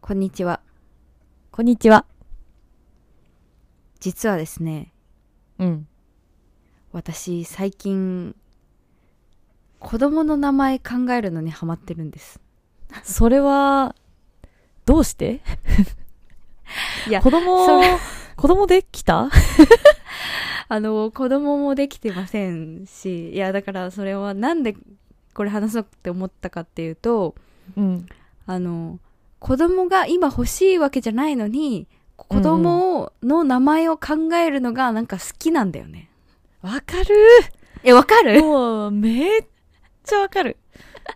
こんにちは。こんにちは。実はですね、うん。私最近、子供の名前考えるのにハマってるんです。それは、どうしていや子供そ、子供できたあの、子供もできてませんし、いや、だからそれはなんでこれ話そうって思ったかっていうと、うん。あの、子供が今欲しいわけじゃないのに、子供をの名前を考えるのがなんか好きなんだよね。わかるえ、わかるもう、めっちゃわかる。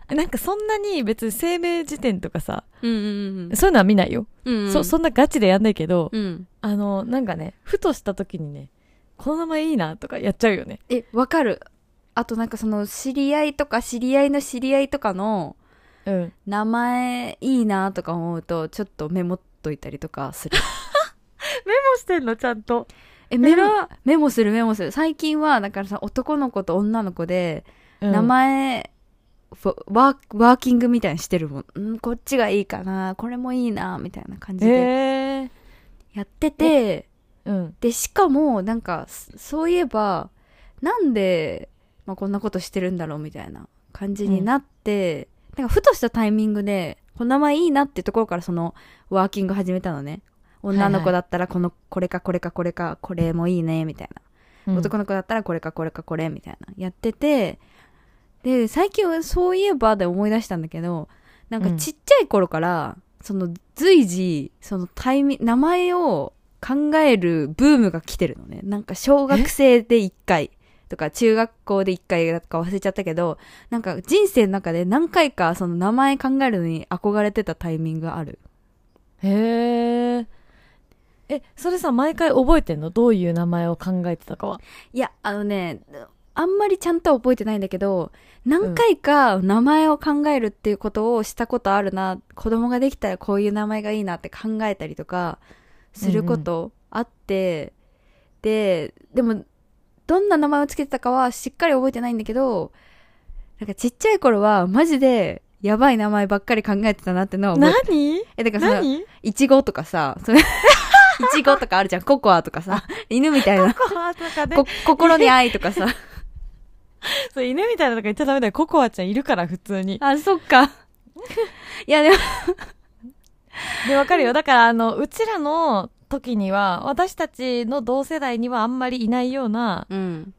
なんかそんなに別に生命辞典とかさ、うんうんそういうのは見ないよ。うん。うん。そ、そんなガチでやんないけど、うん。あの、なんかね、ふとした時にね、この名前いいなとかやっちゃうよね。え、わかる。あとなんかその知り合いとか知り合いの知り合いとかのうん。名前いいなとか思うとちょっとメモっといたりとかする。どうしてんのちゃんと。え、メモ、メモするメモする。最近はだからさ男の子と女の子で名名前。前、フォワーワーキングみたいにしてるもん。うん、こっちがいいかな、これもいいな、みたいな感じでえー。やってて、うん。で、しかも、なんか、そそういえば、なんで、まあ、こんなことしてるんだろうみたいな感じになって、なんか、ふとしたタイミングで、この名前いいなってところから、その、ワーキング始めたのね。女のはい子はいだったら、この、これかこれかこれか、これもいいね、みたいな。男の。の子だったら、これかこれかこれ、みたいな。やってて、で、最近はそういえばで思い出したんだけど、なんかうんちっちゃい頃から、その、随時、そのタイミング、名前を考えるブームが来てるのね。なんか小学生で1回とか、中学校で1回だとか忘れちゃったけど、なんか人生の中で何回かその名前考えるのに憧れてたタイミングがある。へえ。え、それさ、毎回覚えてんのどういう名前を考えてたかは。いや、あのね、あんまりちゃんとは覚えてないんだけど、何回か名前を考えるっていうことをしたことあるな、子供ができたらこういう名前がいいなって考えたりとか、することあって、で、でも、どんな名前をつけてたかはしっかり覚えてないんだけど、なんかちっちゃい頃はマジで、やばい名前ばっかり考えてたなってのは覚えて何え、だからさ、何いちごとかさ、 それ、いちごとかあるじゃん、ココアとかさ、犬みたいな。ココアとかねこ。心に愛とかさ。そう、犬みたいなとか言っちゃダメだよ。ココアちゃんいるから、普通に。あ、そっか。 いや、でも、で、わかるよ。だから、あの、うちらの時には、私たちの同世代にはあんまりいないようなうん。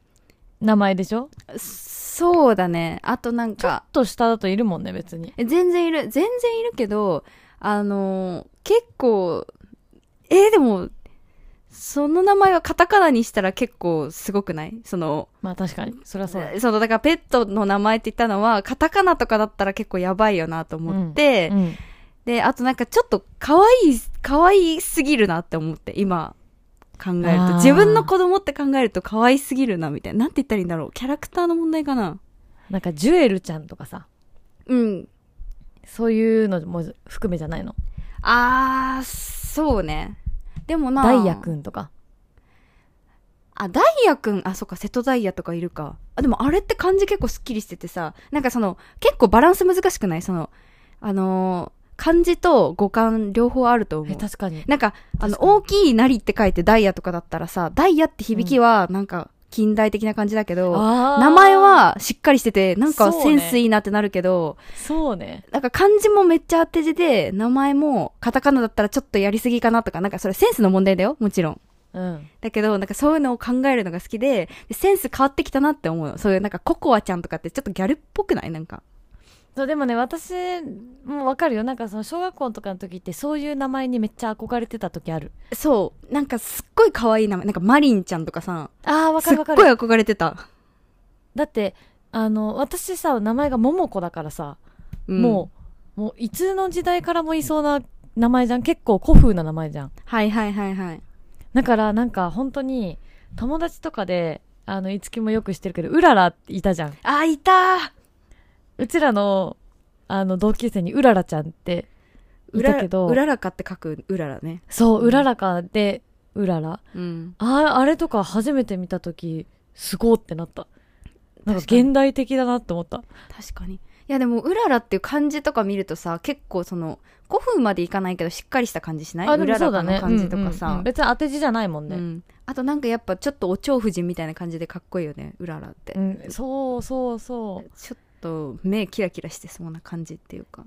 名前でしょそうだね。あとなんか、と下だといるもんね、別に。え全然いる、全然いるけど、あのー結構、えーでも、その名前はカタカナにしたら結構すごくないその、まあ確かに。そりゃそうだ。その、だからペットの名前って言ったのは、カタカナとかだったら結構やばいよなと思って、うん。で、あとなんかちょっと可愛い、可愛いすぎるなって思って、今考えるあと。ー自分の子供って考えると可愛すぎるなみたいな。なんて言ったらいいんだろう。キャラクターの問題かな。なんか、ジュエルちゃんとかさ、うん。そういうのも含めじゃないの。あー、そうね。でもなダイヤくんとか。あ、ダイヤくん、あ、そっか、瀬戸ダイヤとかいるか。あ、でもあれって漢字結構スッキリしててさ、なんかその、結構バランス難しくないその、あのー漢字と語感両方あると思え、う。確かに。なんか、あの、確かに大きいなりって書いてダイヤとかだったらさ、ダイヤって響きは、なんか、近代的な感じだけど、名名前、はしっかりしてて、なんかそうセねンスいいなってなるけど、そうね。なんか漢字もめっちゃ当て字で、名前もカタカナだったらちょっとやりすぎかなとか、なんかそれセンスの問題だよ、もちろん。うん。だけど、なんかそういうのを考えるのが好きで、でセンス変わってきたなって思うの。そういうなんかココアちゃんとかってちょっとギャルっぽくないなんか。そうでもね私もわかるよなんかその小学校とかの時ってそういう名前にめっちゃ憧れてた時あるそう。なんかすっごい可愛い名前。なんかマリンちゃんとかさ、あーわすっごい憧れてた。だってあの私さ名前が桃子だからさ、うんもうもういつの時代からもいそうな名前じゃん結構古風な名前じゃんはいはいはいはい。だからなんか本当に友達とかであのいつきもよく知ってるけどうららっていたじゃんあ、いたーうちらのあの同級生にうららちゃんってういらたけどうららかって書くうららね。そううんうららかでうららうん。ああれとか初めて見た時すごーってなったなんか確かに現代的だなって思った確かに。いやでも、うららっていう漢字とか見るとさ、結構その、5分までいかないけど、しっかりした感じしないあ、うでらもそらうだかね。の感じとかうんうんうさん。別に当て字じゃないもんうね。ん。あとなんかやっぱちょっとお蝶夫人みたいな感じでかっこいいよね、うららってう。ん、そうそうそう。ちょっと目キラキラしてそうな感じっていうか。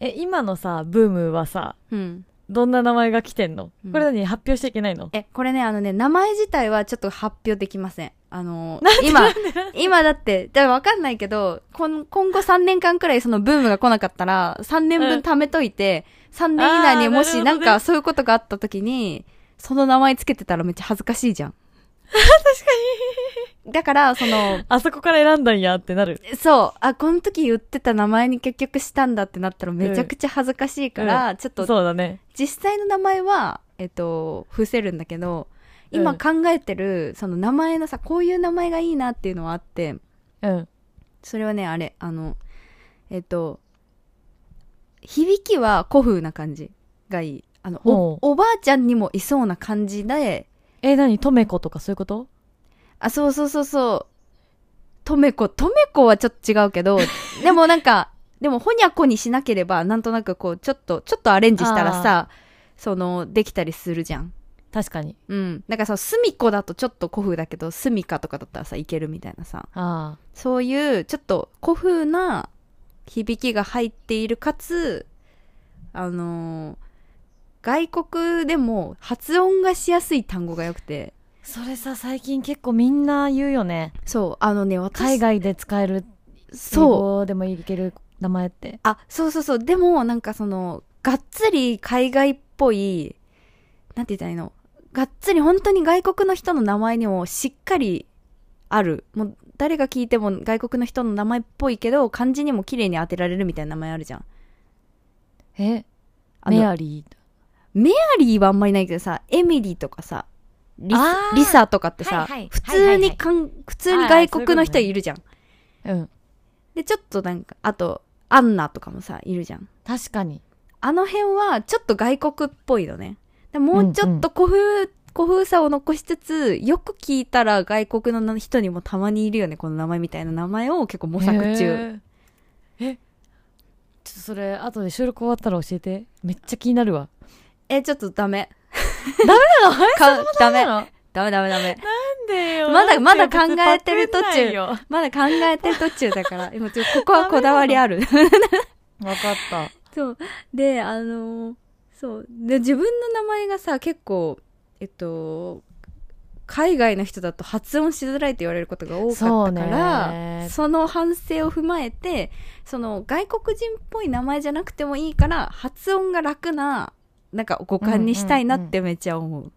え、今のさ、ブームはさ、うん。どんな名前が来てんの、うんこれ何発表しちゃいけないのえ、これね、あのね、名前自体はちょっと発表できません。あの、今、今だって、だからわかんないけど、こん今後3年間くらいそのブームが来なかったら、3年うん分貯めといて、3年以内にもしあーなるほどねなんかそういうことがあった時に、その名前つけてたらめっちゃ恥ずかしい じゃん。確かに。だから、その、あそこから選んだんやってなる。そう、あ、この時言ってた名前に結局したんだってなったらめちゃくちゃ恥ずかしいから、ちょっとそうだね。実際の名前は、えっと、伏せるんだけど、う今ん考えてる、その名前のさ、こういう名前がいいなっていうのはあって、うん。それはね、あれ、あの、えっと、響きは古風な感じがいい。あの、ほおおばあちゃんにもいそうな感じで、え、何とめことかそういうことあ、そうそうそうそう。とめこ、とめこはちょっと違うけ ど、でもなんか、でもほにゃこにしなければ、なんとなくこう、ちょっと、ちょっとアレンジしたらさ、その、できたりするじゃん。確かに。うん。だからさ、すみこだとちょっと古風だけど、すみかとかだったらさ、いけるみたいなさ。あそういう、ちょっと古風な響きが入っているかつ、あのー外国でも発音がしやすい単語が良くて。あ。それさ、最近結構みんな言うよね。そう、あのね、私、海外で使える英そう。語でもいける名前って。あ、そうそうそう。でも、なんかその、がっつり海外っぽい、なんて言ったらいいのがっつり本当に外国の人の名前にもしっかりある。もう誰が聞いても外国の人の名前っぽいけど、漢字にも綺麗に当てられるみたいな名前あるじゃん。えあのメアリー。メアリーはあんまりないけどさ、エミリーとかさ、リあサーリサとかってさ、はいはい普通はいはいはにいかん、普通に外国の人はいはいそういうことねいるじゃん。うん。で、ちょっとなんか、あと、アンナとかもさ、いるじゃん。確かに。あの辺はちょっと外国っぽいのね。でもうちょっと古風、古風さを残しつつ、よく聞いたら外国の人にもたまにいるよね、この名前みたいな名前を結構模索中。へえ。えちょっとそれ、後で収録終わったら教えて。めっちゃ気になるわ。え、ちょっとダメ。ダメなのかダメ。なのダメダメダメ。なんでよまだなんでよまだ考えてる途中別にパクんないよわまだ考えてる途中だ から、今ちょっとここはこだわりある。かった。 そう。で、あのーそう。で、自分の名前がさ、結構、えっと、海外の人だと発音しづらいと言われることが多かったからそう、ねその反省を踏まえて、その外国人っぽい名前じゃなくてもいいから、発音が楽な、なんか五感にしたいなってめっちゃ思う。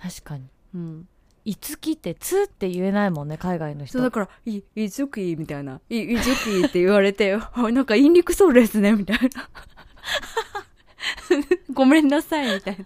確かに。うん。いつきって、つって言えないもんね、海外の人そう、。だから、い、いずきみたいな、い、いずきって言われて、 あなんか言いにくそうですね、みたいな。 ごめんなさい、みたいな。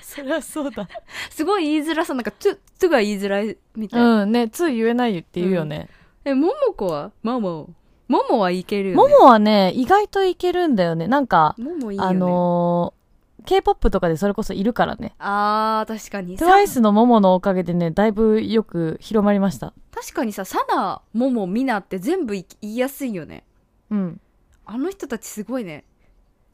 そりゃそうだ。すごい言いづらさ、なんか、つ、つが言いづらいみたいな。うん、ね、つ言えないって言うよね。え、ももこはマモ。ももはいけるよ、もね。もはね、意外といけるんだよね。なんか、もももいいよ、ね。あのー、K-POP とかでそれこそいるからね。あー、確かに。さ TWICE のもものおかげでね、だいぶよく広まりました。確かにさ、サナ、もも、ミナって全部い言いやすいよね。うん。あの人たちすごいね。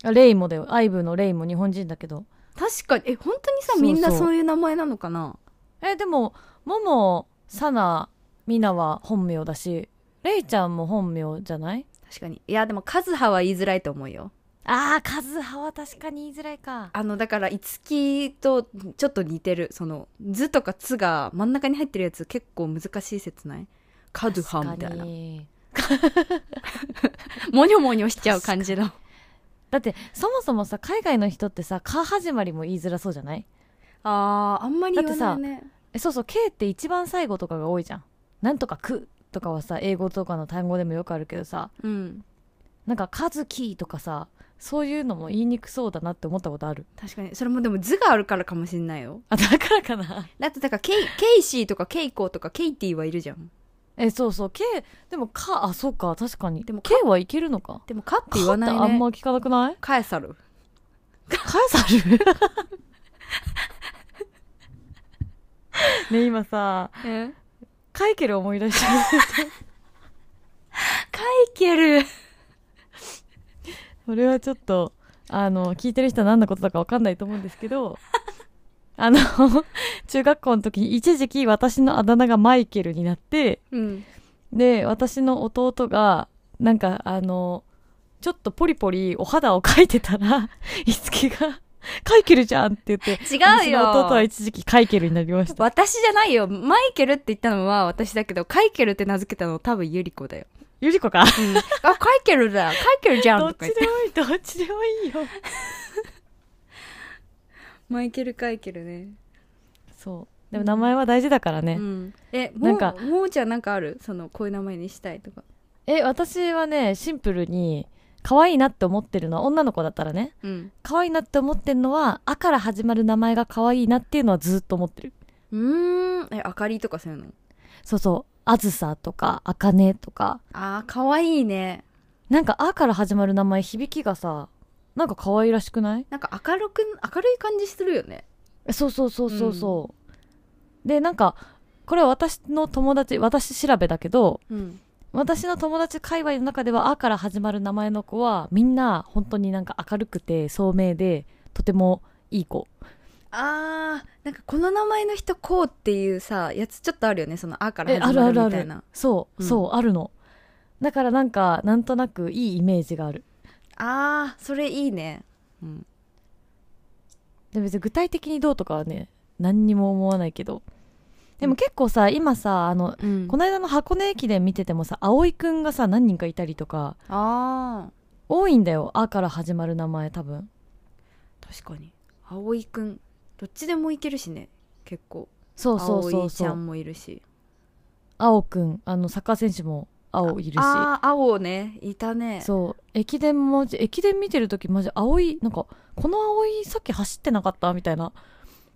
レイもだよ。アイブのレイも日本人だけど。確かに、え、本当にさ、そうそうみんなそういう名前なのかなえ、でも、もも、サナ、ミナは本名だし、レイちゃんも本名じゃない確かに。いや、でも、カズハは言いづらいと思うよ。あー、カズハは確かに言いづらいか。あの、だから、いつきとちょっと似てる。その、ずとかつが真ん中に入ってるやつ結構難しい説ないカズハみたい確かな。にもにょもにょしちゃう感じの。だって、そもそもさ、海外の人ってさ、カ始まりも言いづらそうじゃないあー、あんまり言わないね。えそうそう K って一番最後とかが多いじゃんなんとかくとかはさ英語とかの単語でもよくあるけどさうん。なんかカズキとかさそういうのも言いにくそうだなって思ったことある確かに。それもでも図があるからかもしんないよ。あだからかなだって、だからケイ、ケイシーとかケイコーとかケイティはいるじゃん。えそうそう K でもカあそうか確かにででももカ K はいけるのかでも、カって言わないカってあんねま。聞かなくないカエサル。カエサルね今さえ カイケル思い出しケル。これはちょっとあの聞いてる人は何のことだか分かんないと思うんですけど あの 中学校の時に一時期私のあだ名がマイケルになってうん。で私の弟がなんかあのちょっとポリポリお肌を描いてたら いつきが「カイケルじゃん!」って言って違う私よ。の弟は一時期カイケルになりました私じゃないよ。マイケルって言ったのは私だけど、カイケルって名付けたの多分ユリコだよ。ゆりこかうん。 あ、カイケルだよ。カイケルじゃんどとっかち言っでて。もいいどっちでもいいよマイケル、カイケルね。そうでも名前は大事だからね、うん。え、なもんかう、もうちゃんなんかあるその、こういう名前にしたいとか。え私はねシンプルに可愛いなって思ってるのは女の子だったらねうん。可愛いなって思ってるのは「あ」から始まる名前が可愛いなっていうのはずっと思ってるうーん。え、あかりとかそういうのそうそう「あずさ」とか「あかね」とかあー、かわいいね。なんか「あ」から始まる名前響きがさなんか可愛らしくないなんか明るく、明るい感じするよね。えそうそうそうそうそう、でなんかこれは私の友達私調べだけどうん。私の友達界隈の中では「あ」から始まる名前の子はみんな本当になんか明るくて聡明でとてもいい子あー、なんかこの名前の人こうっていうさ、やつちょっとあるよね。その、あからえあ始るまあるるあみたいるな。そう、うんそうあるのだからなんかなんとなくいいイメージがあるあー、それいいね。うん。で別に具体的にどうとかはね何にも思わないけどでも結構さ今さあのうんこの間の箱根駅伝見ててもさ葵くんがさ何人かいたりとかあ多いんだよ「あ」から始まる名前多分ー確かに葵くんどっちでもいけるしね結構そうそうそう葵ちそゃうんもいるし青くんあのサッカー選手も青いるしああ青ねいたねそう駅伝も駅伝見てる時マジ葵なんかこの葵さっき走ってなかったみたいな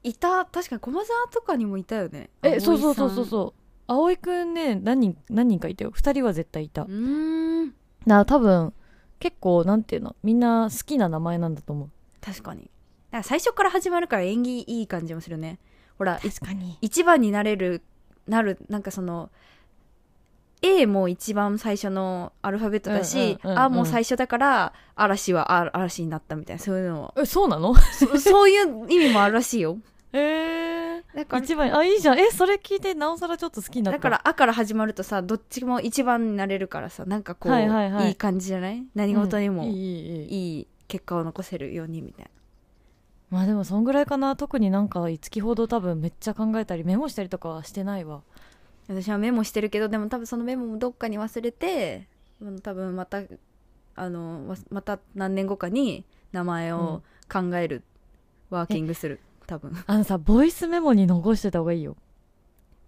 いた確かに駒沢とかにもいたよねえそうそうそうそううそう葵くんね何人何人かいたよ2人は絶対いたうーんな多分結構なんていうのみんな好きな名前なんだと思う確かになんか最初から始まるから縁起いい感じもするねほらい確かに一番になれるなるなんかその A も一番最初のアルファベットだし、うんうんうんうんあもう最初だから嵐はあ嵐になったみたいなそういうのを えそう なのそそういう意味もあるらしいよ。えー、だから、 一番あいいじゃんえそれ聞いてなおさらちょっと好きになっただから、あから始まるとさ、どっちも一番になれるからさ、なんかこう、はいいいはいはい感じじゃない何事にも、うんいいいいいいいい結果を残せるようにみたいまあでもそんぐらいかな特になんか五木ほど多分めっちゃ考えたりメモしたりとかはしてないわな。私はメモしてるけど、でも多分そのメモもどっかに忘れて、うん多分また、あの、わまた何年後かに名前を考える、ワーキングする、多分。あのさボイスメモに残してた方がいいよ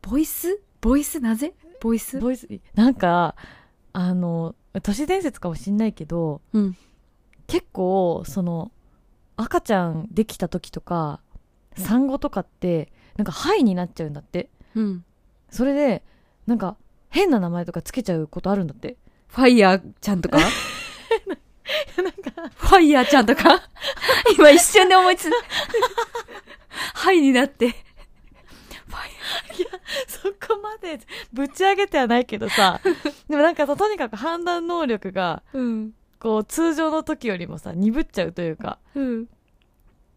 ボイスボイスなぜボイスボイスなんかあの都市伝説かもしんないけどうん。結構その赤ちゃんできた時とか産後とかってなんかハイになっちゃうんだってうん。それでなんか変な名前とかつけちゃうことあるんだってファイヤーちゃんとかなんかファイヤーちゃんと か今一瞬で思いついはいになって。ファイ そこまでぶち上げてはないけど さでもなんかさとにかく判断能力がヤー。うん。こう通常の時よりもさ鈍っちゃうというかうん。っ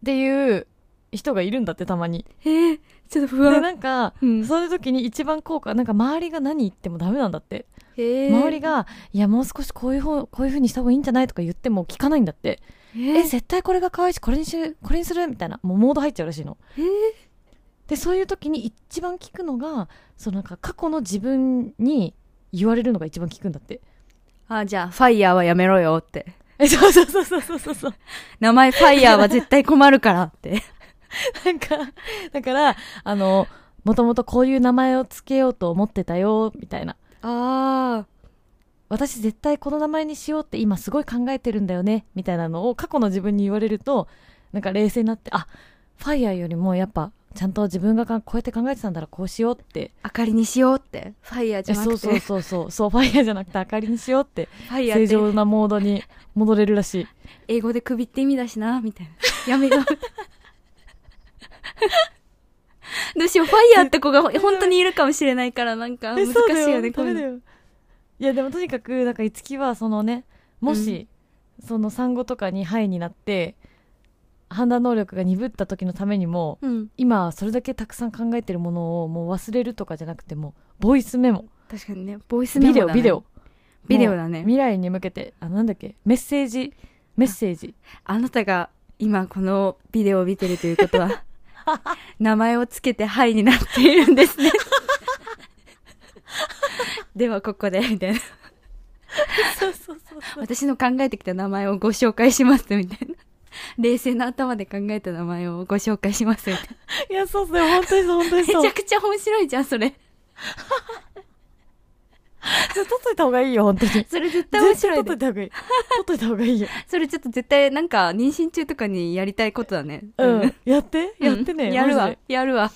ていう人がいるんだってたまにえー、ちょっと不で安。なんか、うんその時に一番効果なんか周りが何言ってもダメなんだってえー周り、が「いやもう少しこういう方こういう風にした方がいいんじゃない?」とか言っても聞かないんだってえ「えー、絶対これが可愛いしこれにしこれにする」みたいなもうモード入っちゃうらしいの。えーでそういう時に一番聞くのがそのなんか過去の自分に言われるのが一番聞くんだって。あ、じゃあ、ファイヤーはやめろよって。えそうそうそうそうそうそうそう。名前ファイヤーは絶対困るからって。なんか だからあのもともとこういう名前をつけようと思ってたよみたいな。 あ私絶対この名前にしようって今すごい考えてるんだよねみたいなのを過去の自分に言われるとなんか冷静になってあファイヤーよりもやっぱちゃんと自分がかこうやって考えてたんだらこうしようってあ。明かりにしようって。ファイヤーじえゃなくそて。うそうそうそうそうファイヤーじゃなくて明かりにしようってファイヤー正って常なモードに戻れるらしい英語で首って意味だしな、みたいな。やめ よう。どうしよう、ファイヤーって子が本当にいるかもしれないから、なんか難しいよね、えそうだよダメだよいやでもとにかくなんか樹はそのねもし、その産後とかにハイになって判断能力が鈍った時のためにもうん。今それだけたくさん考えてるものをもう忘れるとかじゃなくてもうボイスメモ確かにね、ボイスメモビデだ、オね、ビデオビデオだねもう未来に向けてあなんだっけメッセージメッセージあなたが今このビデオを見てるということは、 名前をつけてハイになっているんですね。 ではここで、みたいな。そうそうそう私の考えてきた名前をご紹介します、みたいな。冷静な頭で考えた名前をご紹介します、みたいいやそうそう本当にそう本当にな。そうめちゃくちゃ面白いじゃん、それ。取っといた方がいいよ本当にそれ絶対面白いね絶対取っといた方がいい取っといた方がいいよそれちょっと絶対なんか妊娠中とかにやりたいことだね。 うんやってやってうねんやるマジわで。やるわ。